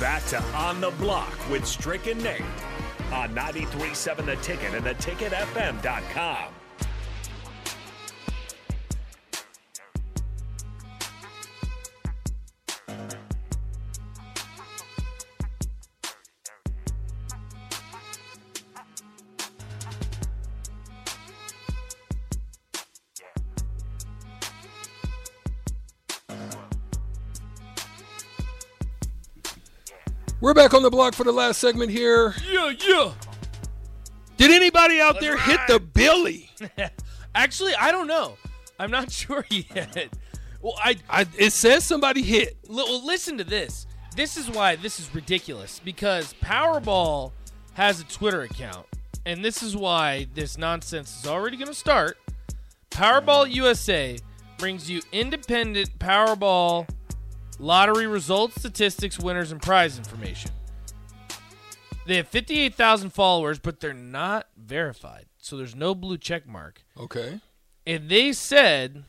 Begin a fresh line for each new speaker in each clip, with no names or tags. Back to On the Block with Strick and Nate on 93.7 The Ticket and theticketfm.com.
We're back on the block for the last segment here.
Yeah, yeah.
Did anybody out there hit the Billy?
Actually, I don't know. I'm not sure yet. Well, I
I, it says somebody hit.
li- well, listen to this. This is why this is ridiculous because Powerball has a Twitter account, and this is why this nonsense is already going to start. Powerball USA brings you independent Powerball lottery results, statistics, winners, and prize information. They have 58,000 followers, but they're not verified, so there's no blue check mark.
Okay.
And they said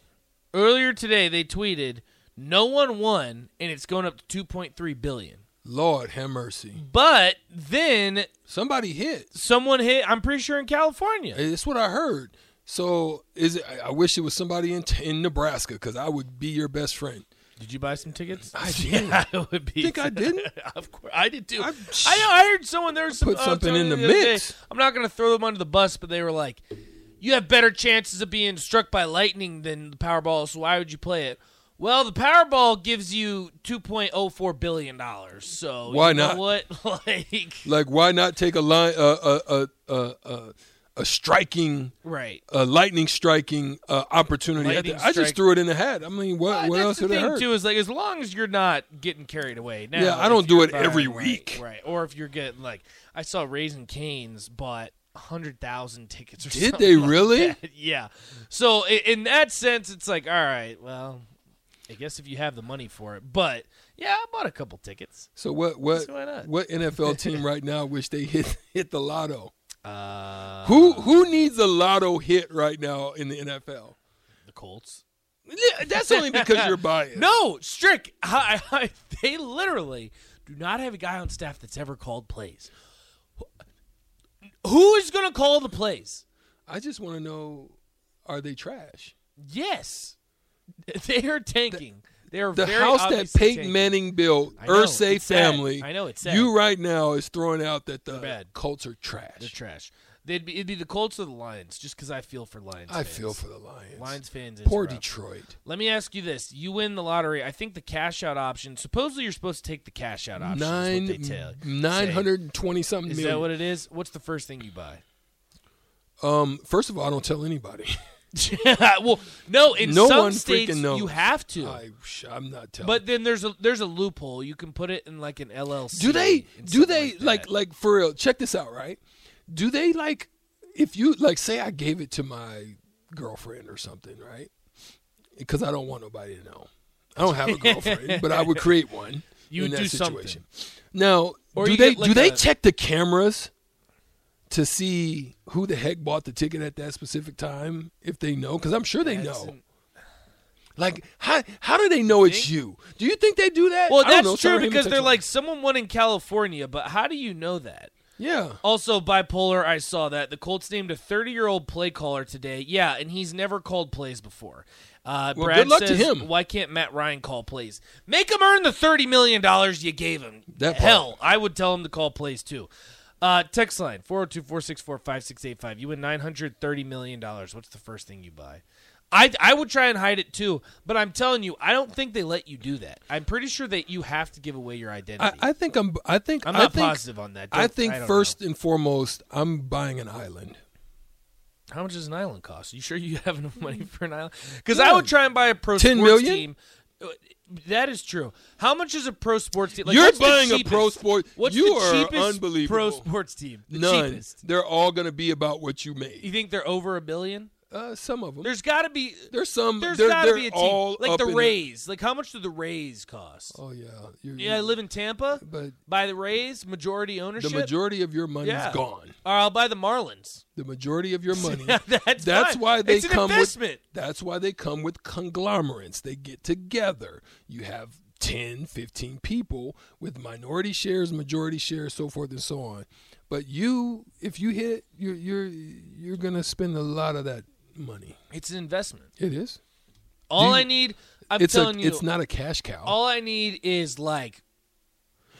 earlier today they tweeted no one won and it's going up to 2.3 billion.
Lord have mercy.
But then
Somebody hit.
someone hit I'm pretty sure in California.
It's what I heard. So is it, I- I wish it was somebody in in Nebraska because I would be your best friend.
Did you buy some tickets?
I did.
yeah, it would be.
Think I didn't?
of course I did too. I,
I-
I heard someone there was some,
Put
uh,
something
someone
in the
other day-
mix.
I'm not going to throw them under the bus, but they were like you have better chances of being struck by lightning than the Powerball, so why would you play it? Well, the Powerball gives you 2.04 billion dollars. So
Why
you know
not?
what? like
Like, why not take a line, uh, uh, uh, uh, uh, a striking,
Right.
a lightning striking uh, opportunity?
Lightning
I, I just
strike.
threw it in the hat. I mean, what, what
That's
else
the
would it
thing
hurt?
too is like as long as you're not getting carried away. Now,
Yeah, I
if
don't do
you're
it every
buying,
week.
Right, right. Or if you're getting like I saw Raising Canes bought hundred thousand tickets. or
Did
something
they
like
really?
that. Yeah. So i- in that sense, it's like all right. Well, I guess if you have the money for it, but yeah, I bought a couple tickets.
So what? What?
So why not?
What NFL team right now wish they hit hit the lotto?
Uh,
Who who needs a lotto hit right now in the NFL?
the Colts?
Yeah, That's only because you're biased.
No, Strick. I, I, they literally do not have a guy on staff that's ever called plays. Who is going to call the plays?
I just want to know: Are they trash?
Yes, they are tanking. They are
The
very
house that
obviously
Peyton
tanking.
Manning built,
I know,
Ursay
it's sad.
family.
I know, it's sad.
You right now is throwing out that the
bad.
Colts are trash.
They're trash. They'd be, it'd be the Colts or the Lions, just because I feel for Lions.
I
fans.
feel for the Lions.
Lions fans. is
Poor
rough.
Detroit.
Let me ask you this: You win the lottery. I think the cash out option. Supposedly, you're supposed to take the cash out option.
Nine
is what they tell,
nine
say.
hundred and twenty something
Is
million.
that what it is? What's the first thing you buy?
um, first of all, I don't tell anybody.
Yeah, well, no, in
No
some
one freaking
states
knows.
you have to.
I, I'm not telling.
but then there's a there's a loophole. You can put it in like an LLC.
Do they?
and
Do
stuff
they like like,
that.
for real? Check this out, right? Do they like if you like say I gave it to my girlfriend or something, right? Because I don't want nobody to know. I don't have a girlfriend, but I would create one
You
in
do
that
something.
situation. Now,
Or
do
you
they
get, like,
do they
a-
check the cameras to see who the heck bought the ticket at that specific time if they know? Because I'm sure they
That's
know.
an-
Like how how do they know it's you? Do you think they do that?
Well,
I don't
that's
know. Sarah
true
Heyman
because
texted
they're
me.
like someone won in California, but how do you know that?
yeah.
Also, bipolar. I saw that the Colts named a 30 year old play caller today. Yeah, and he's never called plays before. Uh,
Well,
Brad
good luck to
says,
him.
Why can't Matt Ryan call plays? Make him earn the 30 million dollars you gave him.
That part.
hell, I would tell him to call plays too. Uh, text line 402-464-5685. You win 930 million dollars. What's the first thing you buy? I, I would try and hide it too, but I'm telling you, I don't think they let you do that. I'm pretty sure that you have to give away your
I,
identity.
I think I'm. I think
I'm
I
not
think-
positive on that.
I
Don't-
think
I don't
first and foremost, I'm buying an island.
How much does an island cost? You sure you have enough money for an island? Because I would try and buy a pro
10
sports
Hmm. million?
team. Uh, That is true. How much is a pro sports team? Like,
You're
what's the
buying a
cheapest-
pro sport-
What's
you
the
are
cheapest pro
unbelievable.
sports team? The
None.
cheapest.
They're all going to be about what you
You
made.
think they're over a billion?
Uh, some of them. There's,
There's got to be.
some.
There's
they're,
got to
they're
be a team
all
like
up
the
in
Rays. Like how much do the Rays cost?
Oh yeah. You're,
yeah, I live in Tampa.
But
buy the Rays, majority
the
ownership.
majority of your money's
Yeah.
gone.
or I'll buy the Marlins.
The majority of your money.
that's
that's
fine.
why they
it's an
come with.
investment.
That's why they come with conglomerates. They get together. You have 10, 15 people with minority shares, majority shares, so forth and so on. But you, if you hit, you're you're you're gonna spend a lot of that money.
It's an investment.
It is.
All
you-
I need, I'm
it's
telling
a,
you,
it's not a cash cow.
all I need is like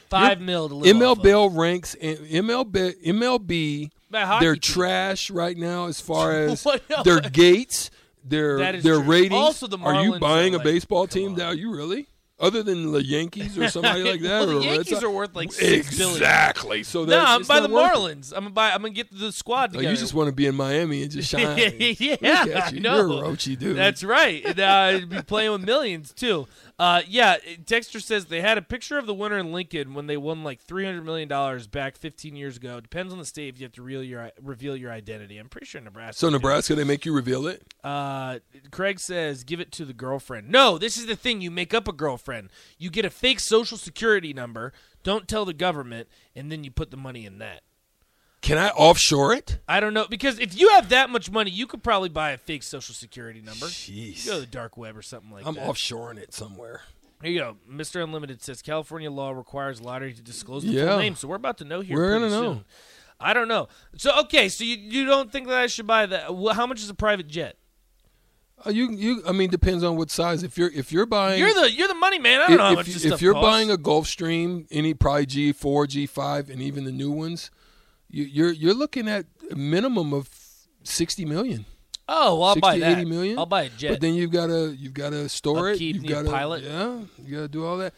five mil to live off
ML
of.
Bell ranks in MLB MLB
My hockey
they're
team.
trash right now as far as
What else?
their gates, their
That is
their
true.
ratings.
Also, the
are
Marlins
you buying
are
a
like,
baseball
come
team
on.
now? You really? Other than the Yankees or somebody like that,
Well, the
or Red
Yankees
Sox?
are worth like six billion.
exactly. So
No,
that's-
I'm
it's
by
not
the
worth it.
Marlins. I'm gonna buy. I'm gonna get the
Like,
squad together.
you just want to be in Miami and just shine.
yeah,
Look at
I
you.
know.
You're a Roachy dude.
That's right. And, uh, I'd be playing with millions too. Uh, yeah, Dexter says they had a picture of the winner in Lincoln when they won like three hundred million dollars back fifteen years ago. Depends on the state if you have to reveal your reveal your identity. I'm pretty sure Nebraska.
so
did.
Nebraska, they make you reveal it.
Uh, Craig says, give it to the girlfriend. No, this is the thing. You make up a girlfriend. You get a fake social security number. Don't tell the government, and then you put the money in that.
Can I offshore it?
I don't know because if you have that much money, you could probably buy a fake social security number.
Jeez.
Go to the dark web or something like
I'm
that.
offshoring it somewhere.
Here you go. Mr. Unlimited says California law requires lottery to disclose the
Yeah.
full name, so we're about to know here.
We're
pretty
gonna know.
soon. I don't know. So okay, so you, you don't think that I should buy that? Wh- How much is a private jet?
Uh, you you I mean depends on what size. If you're if you're buying
You're the you're the money man. I don't know how
if,
much
if
this
you-
stuff
if you're
costs.
buying a Gulfstream, any probably G four, G five, and even the new ones, you, you're you're looking at a minimum of sixty million.
oh, well, I'll buy
60,
that.
80 million?
I'll buy a
But
jet.
then you've got to you've got to store it.
Upkeep,
You've
need a
got to
pilot.
Yeah, you got to do all that.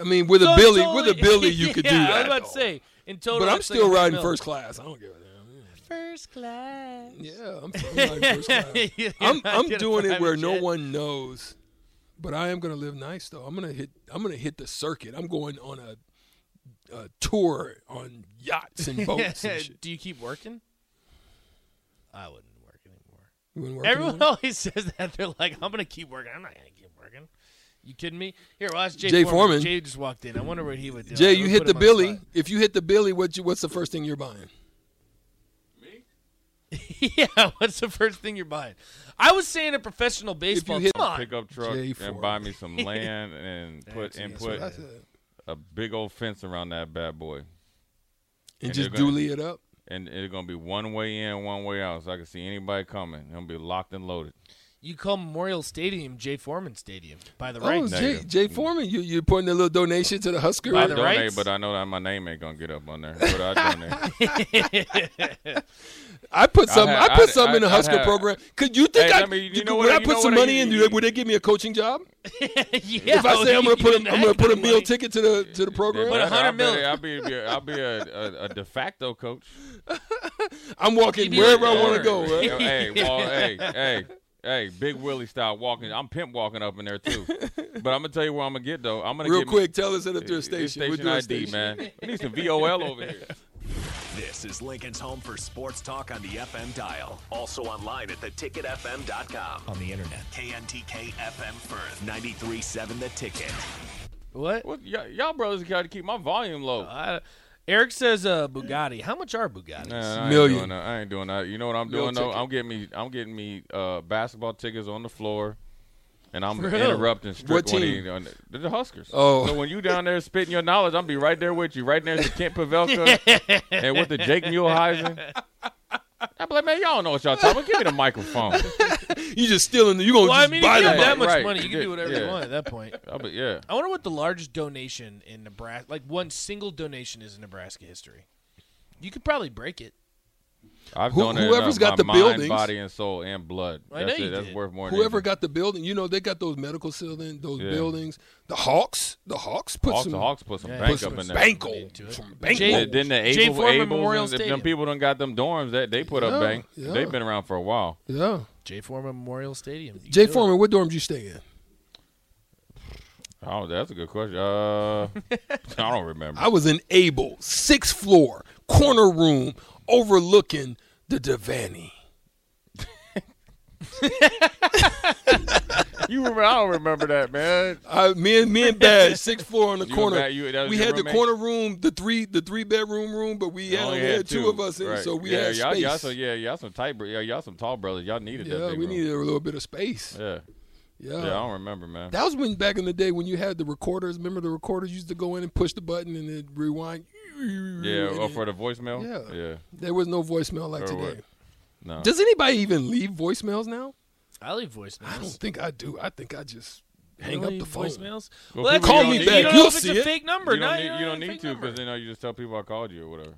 I mean, with
So
a
it's
Billy,
totally-
with a Billy, you could do
Yeah,
that.
I was about to
though.
say in total,
but I'm
it's like
still
100
riding
mil.
first class. I don't give a damn.
First class.
Yeah, I'm, I'm riding first class.
You're
I'm
not
I'm
gonna
doing
private
it where no
jet.
one knows, but I am gonna live nice though. I'm gonna hit I'm gonna hit the circuit. I'm going on a, a tour on yachts and boats and shit.
Do you keep working? I wouldn't work anymore.
You wouldn't work
Everyone
anymore?
always says that they're like, "I'm gonna keep working. I'm not gonna keep working." You kidding me? Here, well, that's Jay,
Jay
Foreman.
Foreman.
Jay just walked in. I wonder what he would do.
Jay,
Let
you
me
hit
put
the
him on
Billy.
spot.
If you hit the Billy, what you, what's the first thing you're buying?
yeah, what's the first thing you're buying? I was saying a professional baseball.
hit-
Come on,
pickup truck
J
and
Ford.
buy me some land and put and
That's what
put
I said.
a big old fence around that bad boy.
And
And
just
you're gonna-
duly it up.
And it's gonna be one way in, one way out, so I can see anybody coming. I'm gonna be locked and loaded.
you call Memorial Stadium Jay Foreman Stadium by the
Oh,
right.
Jay,
Negative.
Jay Foreman, you you putting a little donation to the Husker.
By
I
the
donate,
rights?
but I know that my name ain't gonna get up on there. But I donate.
I put some.
had-
I put
I'd-
some in the
I'd- I'd
Husker
have-
program. Could you think
Hey,
I?
let me- you
did-
know
would
what-
I
you
put
know
some
what,
money in?
you-
Would they give me a coaching job?
yeah,
if I say I'm gonna put a,
Oh, you
I'm gonna put a meal
like-
ticket to the to the
They
program,
Put a
better.
hundred
I'll be-
million.
I'll be, be- I'll be a, a, a de facto coach.
I'm
You
walking
be
wherever I
like
want to
Warner.
go. Right?
hey, well, hey, hey, hey, Big Willie style walking. I'm pimp walking up in there too. But I'm gonna tell you where I'm gonna get though. I'm gonna
Real
get me-
quick, tell us at a thrift
It's
station. We're
station
doing
ID,
station.
man. We need some VOL over here.
This is Lincoln's home for sports talk on the FM dial. Also online at theticketfm.com. On the internet. KNTK FM Firth, 93.7 The Ticket.
What?
What, y'all, y'all brothers got to keep my volume low.
Uh,
I, Eric says uh, Bugatti. How much are Bugattis?
Nah, I ain't
Million.
doing that. I ain't doing that. You know what I'm doing though?
ticket.
I'm getting me. I'm getting me uh, basketball tickets on the floor, and I'm
Really?
interrupting. Strick
What
when he-
team?
on the, the Huskers.
Oh.
So when you down there spitting your knowledge, I'm be right there with you. Right there to Kent Pavelka and with the Jake Muleheisen. I'm like, man, y'all don't know what y'all talking about. Give me the microphone.
You just stealing. the- You gonna
Well, I
Oh, just
mean, if you
buy
have
the
bike.
that much
Right.
money, you can
Yeah.
do whatever you
Yeah.
want at that point.
I'll be, yeah.
I wonder what the largest donation in Nebraska, like one single donation, is in Nebraska history. You could probably break it.
I've
Who-
donated
whoever's
uh,
got
my
the
mind,
buildings-
body, and soul, and blood.
I know
That's
you
it. That's
did.
worth more. Than
Whoever
anything.
got the building, you know they got those medical building, those
Yeah.
buildings. The Hawks, the Hawks put
Hawks,
some,
the Hawks put some
Yeah.
bank
put
up
some
in there.
bankle,
Into it.
some
Jay-
Yeah,
bankroll.
then the
Jay
Abel,
Foreman
Abels,
Memorial
and if
Stadium.
them people done got them dorms that they put
Yeah,
up bank.
yeah.
They've been around for a while.
Yeah,
Jay Foreman Memorial Stadium. You
Jay
do it.
Foreman, what dorms you stay in?
Oh, that's a good question. Uh, I don't remember.
I was in Able, sixth floor, corner room, overlooking the Devaney.
you remember? I don't remember that, man.
I, me and me and Bad, sixth floor on the
You and
corner.
Bad, you- that was
we
your
had
roommate?
the corner room, the three the three bedroom room, but we had, only had two. of us in,
Right.
so we
yeah,
had
y'all,
space.
Y'all, so yeah, y'all some tight, bro- yeah, y'all some tall brothers. Y'all needed that.
yeah,
big
we
room.
needed a little bit of space.
Yeah,
Yeah.
Yeah, I don't remember, man.
That was when back in the day when you had the recorders. Remember the recorders used to go in and push the button and then rewind.
yeah,
And
or
it-
for the voicemail.
Yeah.
yeah,
there was no voicemail like
Or
today.
what? no.
Does anybody even leave voicemails now?
I leave voicemails.
I don't think I do. I think I just hang
Really?
up the phone.
Voicemails.
Well,
that's
people
cool.
don't
You
need-
don't
You
know
don't
if it's
see
a
it.
fake number.
you don't
No,
need, you don't
have a
need
fake
to
number.
because then you, know, you just tell people I called you or whatever.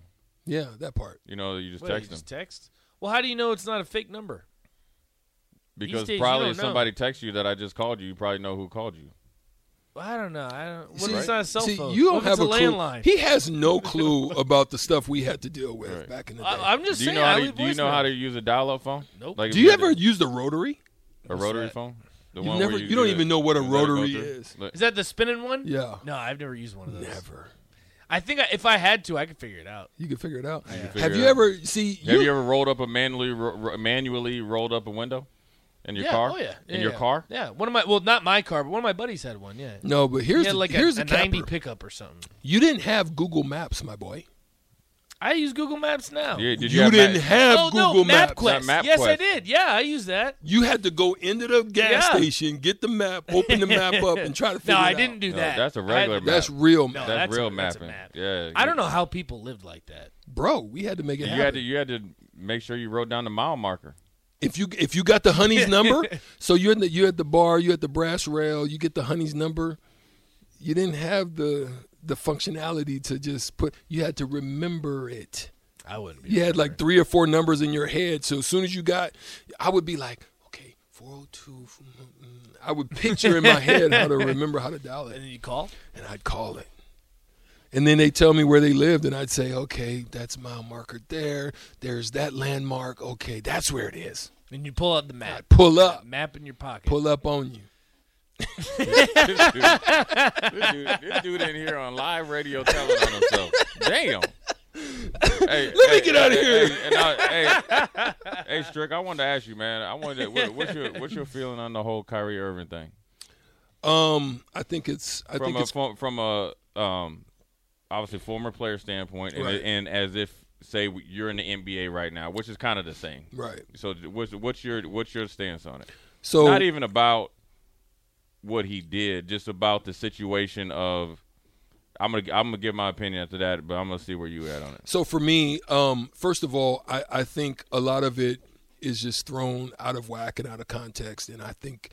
Yeah, that part.
You know, you just
Wait,
text
you
them
just text. Well, how do you know it's not a fake number?
because
days you
probably
don't
if
know.
somebody texts you that I just called you, you probably know who called you.
Well, I don't know. I don't. What
See,
if it's not a cell
See,
phone?
you don't
What if
have
it's
a,
a,
clue.
landline.
He has no clue about the stuff we had to deal with
Right.
back in the day.
I, am just
Do you
saying.
know how
I
to,
leave
do you know
voicemail.
how to use a dial-up phone?
Nope.
Like if
do you
had
ever
a-
use the rotary?
a rotary
that?
phone? The
You've
one where
never-
you,
you don't
do
even
the-
know what a
you gotta go
rotary
through.
is.
Look,
Is that the spinning one?
Yeah.
No, I've never used one of those.
Never.
I think I, if I had to, I could figure it out.
You can figure it out.
figure
have
it
you
out.
ever see?
Have
you-
you ever rolled up a manually ro- ro- manually rolled up a window in your
yeah.
car?
Oh yeah.
In
Yeah,
your
yeah.
car?
Yeah. One of my well, not my car, but one of my buddies had one. Yeah.
no, but
He
here's
had
the,
like
here's
a, a
the capper.
90 pickup or something.
You didn't have Google Maps, my boy.
I use Google Maps now.
Yeah, did you,
You,
have
didn't
Matt-
have
oh
Google
no,
Maps.
MapQuest.
Not
Yes, I
MapQuest.
did. Yeah, I use that.
You had to go into the gas
Yeah.
station, get the map, open the map up, and try to figure
No,
it out.
I didn't do
No,
that.
that's a
I
regular
had to-
map.
That's real
No,
map.
That's
that's
real
a- that's a
mapping.
map.
Yeah.
I don't know how people lived like that.
Bro, we had to make it
You
happen.
had to you had to make sure you wrote down the mile marker.
if you if you got the honey's number, so you're in the, you're at the bar, you're at the brass rail, you get the honey's number. You didn't have the the functionality to just put. You had to remember it.
I wouldn't be.
You had like three or four numbers in your head, so as soon as you got, I would be like, okay, four hundred two. I would picture in my head how to remember how to dial it
And then you call.
and I'd call it. And then they tell me where they lived, and I'd say, okay, that's mile marker there. There's that landmark. Okay, that's where it is.
And you pull out the map.
I'd pull up,
Map in your pocket.
pull up on you.
this, dude, this dude- this dude in here on live radio telling on himself. Damn. Hey, Let me
get outta here.
Hey, and I, hey, hey, Strick, I wanted to ask you, man. I wanted to, what, what's your what's your feeling on the whole Kyrie Irving thing?
Um, I think it's, I
from
think
a
it's,
from, from a um, obviously former player standpoint, and,
Right.
and as if say you're in the NBA right now, which is kind of the same.
right.
So what's what's your what's your stance on it?
So
Not even about what he did, just about the situation of. I'm gonna I'm gonna give my opinion after that, but I'm gonna see where you at on it.
So for me, um, first of all, I, I think a lot of it is just thrown out of whack and out of context, and I think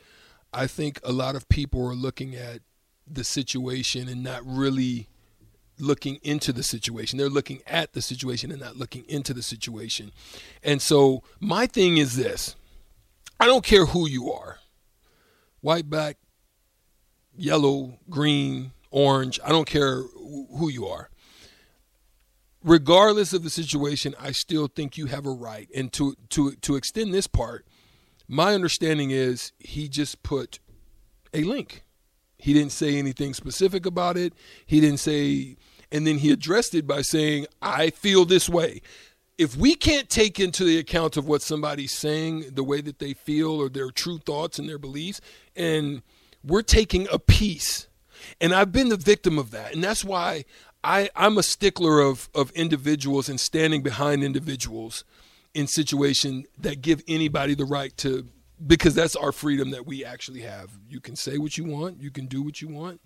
I think a lot of people are looking at the situation and not really looking into the situation. They're looking at the situation and not looking into the situation. And so my thing is this. I don't care who you are. White, black, yellow, green, orange, I don't care wh- who you are regardless of the situation, I still think you have a right. And to to to extend this part, my understanding is he just put a link. He didn't say anything specific about it. He didn't say, and then he addressed it by saying, "I feel this way." If we can't take into the account of what somebody's saying, the way that they feel or their true thoughts and their beliefs, and we're taking a piece and I've been the victim of that, and that's why I I'm a stickler of of individuals and standing behind individuals in situation that give anybody the right to because that's our freedom that we actually have. You can say what you want, you can do what you want.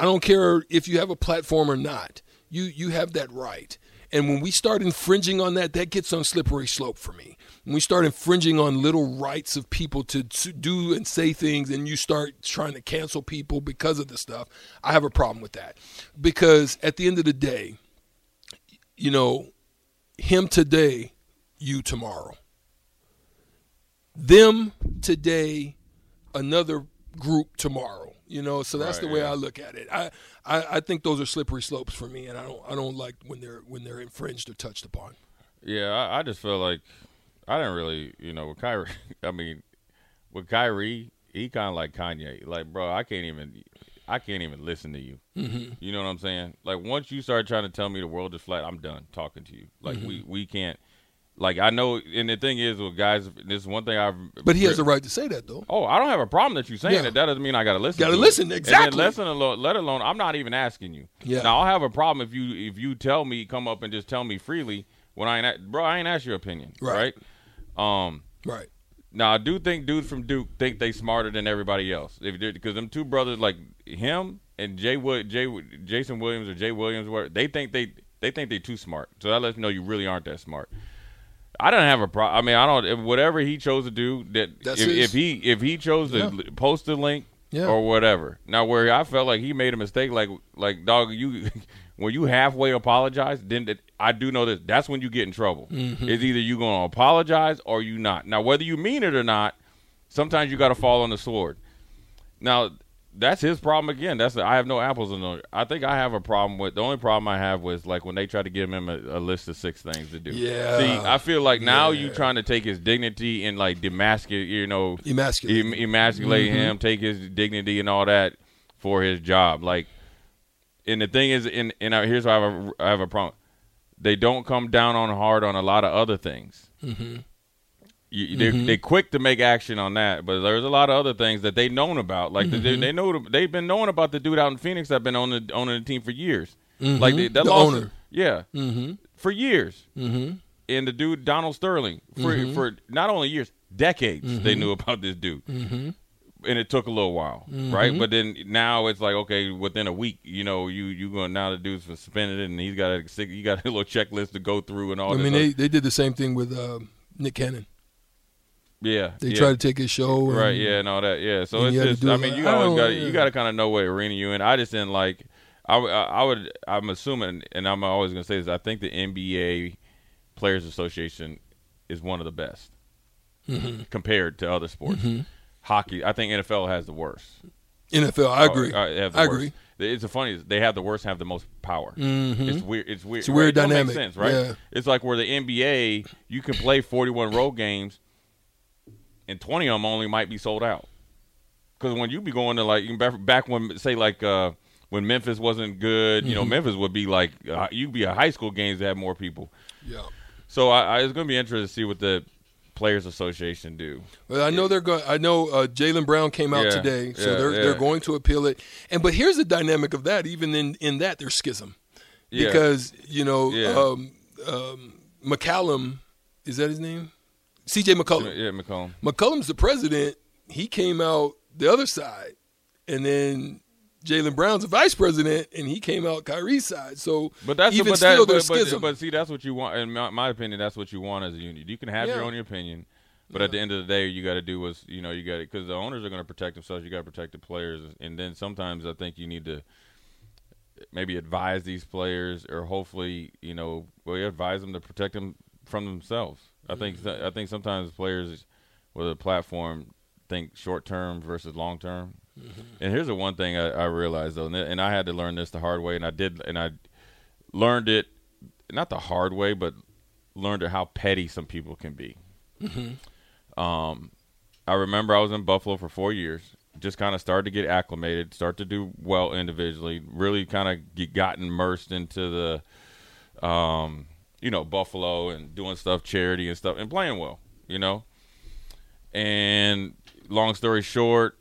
I don't care if you have a platform or not. You you have that right. And when we start infringing on that, that gets on slippery slope for me. When we start infringing on little rights of people to, to do and say things, and you start trying to cancel people because of this stuff, I have a problem with that. Because at the end of the day, you know, him today, you tomorrow. Them today, another group tomorrow. You know, so that's
Right,
the way
yeah.
I look at it. I, I, I think those are slippery slopes for me, and I don't I don't like when they're when they're infringed or touched upon.
Yeah, I, I just feel like I didn't really, you know, with Kyrie. I mean, with Kyrie, he kind of like Kanye. Like, bro, I can't even, I can't even listen to you. You know what I'm saying? Like, once you start trying to tell me the world is flat, I'm done talking to you. Like, we we can't. Like, I know, and the thing is with guys, this is one thing I've.
But he has the right to say that though.
Oh, I don't have a problem that you're saying
Yeah.
it. That doesn't mean I got to listen.
Gotta
to it.
listen,
And then
exactly.
listen alone. Let alone, I'm not even asking you.
Yeah.
Now I'll have a problem if you if you tell me, come up and just tell me freely when I ain't, a- bro, I ain't ask your opinion,
Right.
right? Um,
Right.
Now I do think dudes from Duke think they smarter than everybody else. If because them two brothers like him and Jay Wood, Jay Jason Williams or Jay Williams, whatever, they think they they think they too smart. So that lets you know you really aren't that smart. I don't have a problem. I mean, I don't. If whatever he chose to do, that
That's
if,
his.
if he if he chose to
Yeah.
l- post the link
Yeah.
or whatever. Now where I felt like he made a mistake, like like dog, you when you halfway apologize, then that, I do know this. That's when you get in trouble.
Mm-hmm.
It's either you gonna apologize or you not. Now whether you mean it or not, sometimes you got to fall on the sword. Now that's his problem again. That's I have no apples in oranges. I think I have a problem with the only problem I have was like when they try to give him a, a list of six things to do.
Yeah.
See, I feel like now you
Yeah.
trying to take his dignity and like demasculate, you know,
Emasculate. Mm-hmm.
em- emasculate him, take his dignity and all that for his job. Like, and the thing is, and and I, here's why I have, a, I have a problem. They don't come down on hard on a lot of other things.
Mm-hmm.
You, they, They're quick to make action on that, but there's a lot of other things that they've known about. Like they,
Mm-hmm.
they know they've been knowing about the dude out in Phoenix that been on the owning the team for years. Like they, that
Mm-hmm. The
loss-
owner. Mm-hmm.
yeah, for years. And the dude Donald Sterling for
Mm-hmm.
for not only years, decades they knew about this dude,
Mm-hmm.
and it took a little while, right? But then now it's like okay, within a week, you know, you you going now the dude's suspended and he's got a sick, you got a little checklist to go through and all.
I
this
mean,
other-
they, they did the same thing with uh, Nick Cannon.
yeah,
They
yeah.
tried to take his show. And,
right yeah and all that yeah so
And
it's
you had to
just
do
i
it
mean
like,
you
I
always
don't
got
know,
you
yeah.
got to kind of know what arena you in i just didn't like I, w- I- I would i'm assuming and i'm always going to say this i think the nba players association is one of the best
Mm-hmm.
compared to other sports hockey i think nfl has the worst
NFL, I agree.
Or, uh, have the
I
worst.
agree. Mm-hmm.
It's the funny is they have the worst, have the most power. It's weird. It's weird.
Hmm? It's a weird
right? It don't make
dynamic.
sense, right?
Yeah.
It's like where the NBA, you can play forty-one road games, and twenty of them only might be sold out. Because when you be going to like you can back, back when say like uh, when Memphis wasn't good, you know
Mm-hmm.
Memphis would be like uh, you'd be a high school games that had more people.
Yeah.
So I, I it's going to be interesting to see what the Players Association do.
Well, Uh, I know they're going. I know uh, Jalen Brown came out
Yeah,
today, so
yeah,
they're
yeah.
they're going to appeal it. And but here's the dynamic of that. Even in in that, there's schism
Yeah.
because you know
Yeah.
um, um, McCallum is that his name? C.J. McCollum.
yeah, McComb.
McCollum's the president. He came out the other side, and then Jalen Brown's the vice president, and he came out Kyrie's side. So
But that's
even
but that-
still,
but,
there's
but-
schism.
but see, that's what you want. In my, my opinion, that's what you want as a union. You can have
Yeah.
your own opinion, but at the end of the day, you got to do what's you know you got because the owners are going to protect themselves. You got to protect the players, and then sometimes I think you need to maybe advise these players, or hopefully you know well you advise them to protect them from themselves. I think I think sometimes players with a platform think short term versus long term. And here's the one thing I, I realized though, and, th- and I had to learn this the hard way, and I did, and I learned it not the hard way, but learned it how petty some people can be. Um, I remember I was in Buffalo for four years, just kind of started to get acclimated, start to do well individually, really kind of get, gotten immersed into the um, you know, Buffalo and doing stuff, charity and stuff, and playing well, you know. And long story short,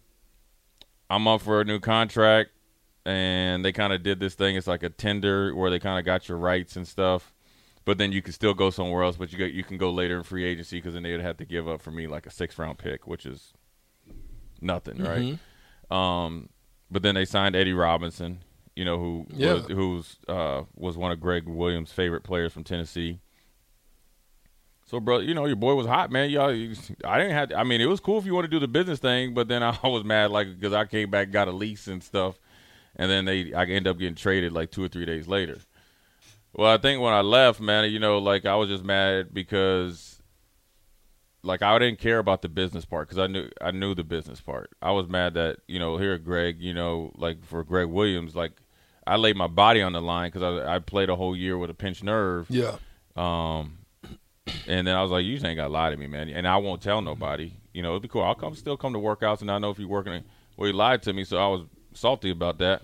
I'm up for a new contract, and they kind of did this thing. It's like a tender where they kind of got your rights and stuff, but then you can still go somewhere else. But you got, you can go later in free agency because then they'd have to give up for me like a six round pick, which is nothing, right? Um, but then they signed Eddie Robinson, you know, who
Yeah.
was, who's uh, was one of Greg Williams' favorite players from Tennessee. So, bro, you know your boy was hot, man. Y'all, you- I didn't have. I mean, it was cool if you want to do the business thing, but then I was mad, like, because I came back, got a lease and stuff, and then they, I end up getting traded like two or three days later. Well, I think when I left, man, you know, like I was just mad because, like, I didn't care about the business part because I knew I knew the business part. I was mad that you know here, Greg, you know, like for Greg Williams, like I laid my body on the line because I I played a whole year with a pinched nerve.
yeah,
Um, And then I was like, you just ain't got to lie to me, man. And I won't tell nobody. You know, it'd be cool. I'll come, still come to workouts, and I know if you're working. Well, he lied to me, so I was salty about that.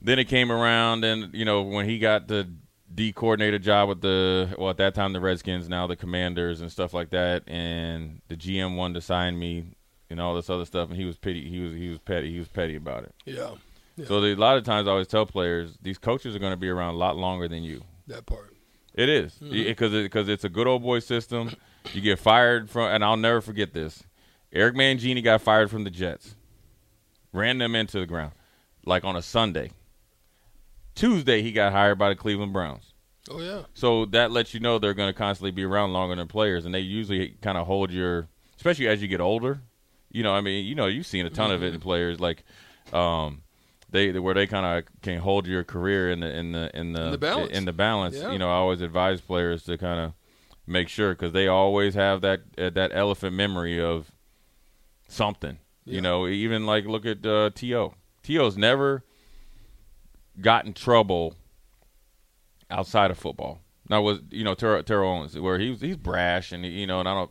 Then it came around, and you know, when he got the D coordinator job with the well, at that time the Redskins, now the Commanders and stuff like that, and the GM wanted to sign me and all this other stuff, and he was petty. He was he was petty. He was petty about it.
yeah,
So the, a lot of times I always tell players, these coaches are going to be around a lot longer than you
that part.
It is because because it's a good old boy system. You get fired from, and I'll never forget this. Eric Mangini got fired from the Jets, ran them into the ground, like on a Sunday. Tuesday he got hired by the Cleveland Browns.
Oh yeah.
So that lets you know they're going to constantly be around longer than players, and they usually kind of hold your, especially as you get older. You know, I mean, you know, you've seen a ton of it in players, like, um, they where they kind of can hold your career in the in the in the
In the balance.
in the balance.
Yeah.
You know, I always advise players to kind of make sure because they always have that uh, that elephant memory of something.
Yeah.
You know, even like look at uh, To. To's never got in trouble outside of football. Now was you know Terrell, Terrell Owens where he's he's brash and you know and I don't.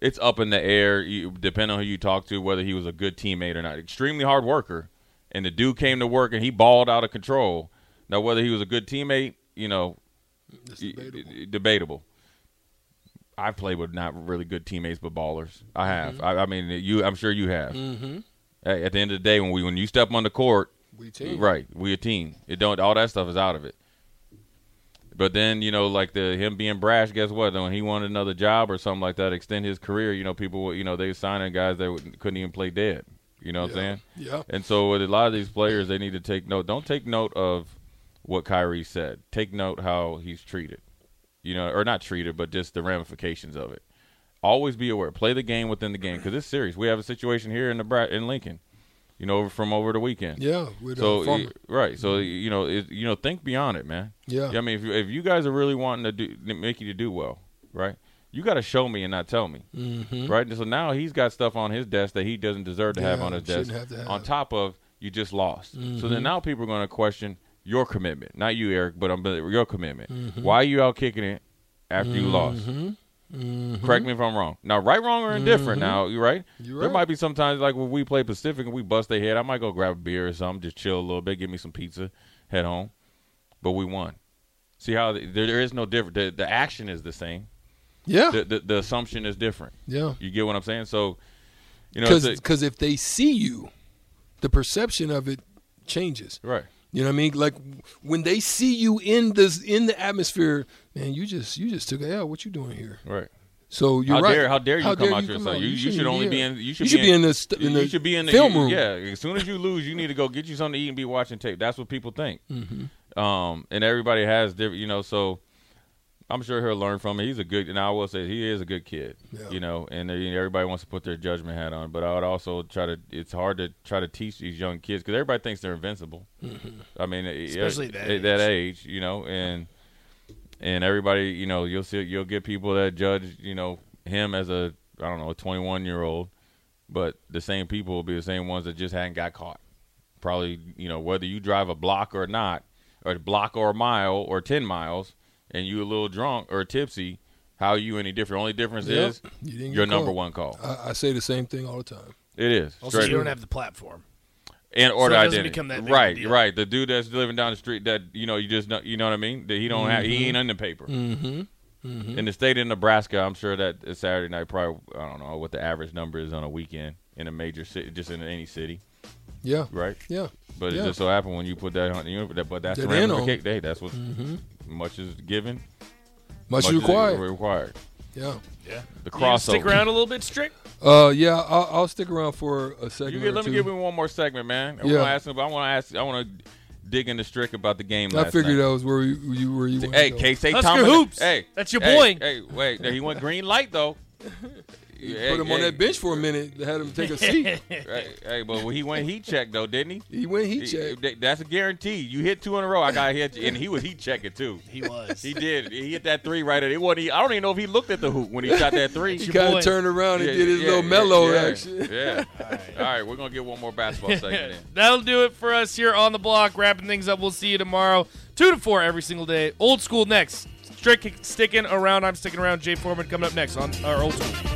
It's up in the air, you, depending on who you talk to, whether he was a good teammate or not. Extremely hard worker, and the dude came to work and he balled out of control. Now whether he was a good teammate, you know,
It's
y-
debatable.
y- debatable. I played with not really good teammates, but ballers. I have. I, I mean, you. I'm sure you have.
Mm-hmm.
Hey, at the end of the day, when we when you step on the court,
We team.
Right. We a team. It don't all that stuff is out of it. But then, you know, like the him being brash, guess what? When he wanted another job or something like that, extend his career, you know, people were- you know, they were signing guys that wouldn't- couldn't even play dead. You know
Yeah.
what I'm saying?
Yeah.
And so with a lot of these players, they need to take note. Don't take note of what Kyrie said. Take note how he's treated. You know, or not treated, but just the ramifications of it. Always be aware. Play the game within the game because it's serious. We have a situation here in the Bra- in Lincoln. You know, over from over the weekend.
Yeah. With
So
uh, Farmer.
y- right, so you know, it, you know, think beyond it, man.
yeah.
I mean, if you, if you guys are really wanting to do make you to do well, right, you got to show me and not tell me,
Mm-hmm.
right? And so now he's got stuff on his desk that he doesn't deserve to have
Yeah,
on his
shouldn't
desk.
have to
On
have. Mm-hmm.
top of you just lost, so then now people are going to question your commitment, not you, Eric, but um, but your commitment.
Mm-hmm.
Why are you out kicking it after you lost? Correct me if I'm wrong. Now, right, wrong, or indifferent. Now, you right?
Mm-hmm. You
There
right.
might be sometimes like when we play Pacific and we bust their head. I might go grab a beer or something, just chill a little bit, give me some pizza, head home. But we won. See how the, there, there is no different. The, the action is the same.
Yeah.
The, the the assumption is different.
yeah.
You get what I'm saying? So, you know,
Because
it's a-
if they see you, the perception of it changes.
right?
You know what I mean? Like when they see you in this in the atmosphere, man, you just you just took a L. What you doing here?
Right.
So you're
how
right.
dare how dare you come out your side? You, you should
shouldn't
only be
here.
in. You should,
be, in, the st- in
you
the
should be in the
film room.
Yeah, as soon as you lose, you need to go get you something to eat and be watching tape. That's what people think.
Mm-hmm.
Um, and everybody has different, you know. So I'm sure he'll learn from it. He's a good, and I will say he is a good kid.
Yeah.
You know, and uh, you know, everybody wants to put their judgment hat on, but I would also try to. It's hard to try to teach these young kids because everybody thinks they're invincible. I mean,
Especially
uh,
that
at that age, you know, and and everybody, you know, you'll see, you'll get people that judge, you know, him as a, I don't know, a 21 year old, but the same people will be the same ones that just hadn't got caught. Probably, you know, whether you drive a block or not, or a block or a mile or 10 miles, and you a little drunk or tipsy, how you any different? Only difference
Yep.
is
You didn't get
your number
caught.
one call.
I, I say the same thing all the time.
It is
Also,
straight
you
up.
don't have the platform.
and or
so
the
it doesn't
identity.
become that big of a
right,
deal.
right. The dude that's living down the street that you know you just know, you know what I mean. That he don't have he ain't on the paper.
Mm-hmm.
In the state of Nebraska, I'm sure that a Saturday night probably I don't know what the average number is on a weekend in a major city, just in any city,
Yeah.
right?
Yeah.
But it
Yeah.
just so happened when you put that on, you know, that, but that's the
That in on.
ramification. Hey, that's what
Mm-hmm.
much is given,
Much,
is
required.
required.
yeah.
Yeah. You
The
gonna
crossover.
stick around a little bit, Strick.
Uh, yeah. I'll, I'll stick around for a second.
You get,
or
let me
two.
give him one more segment, man. I
Yeah.
want to ask him. I want to ask. I want to dig into Strick about the game.
I
last
figured
night.
that was where you, you where you. wanted
Hey,
to go.
K State
Husker
Thomas.
Hoops.
Hey,
That's your
hey,
boy.
Hey, wait, he went green light though. You
Put him on that bench for a minute. Had him take a seat.
Hey, hey, but when he went heat check though, didn't he?
he went. He
He-
checked.
that- That's a guarantee. You hit two in a row. I got hit, and he was heat checking too.
He was.
He did. He hit that three right. At, it wasn't. e- I don't even know if he looked at the hoop when he shot that three.
He
your
kind
boy.
of turned around and
Yeah,
did his
yeah,
little
yeah,
mellow
yeah,
action.
Yeah. All right. we're gonna get one more basketball segment in.
That'll do it for us here on the block. Wrapping things up. We'll see you tomorrow, two to four every single day. Old school next. Strick sticking around. I'm sticking around. Jay Foreman coming up next on our old school.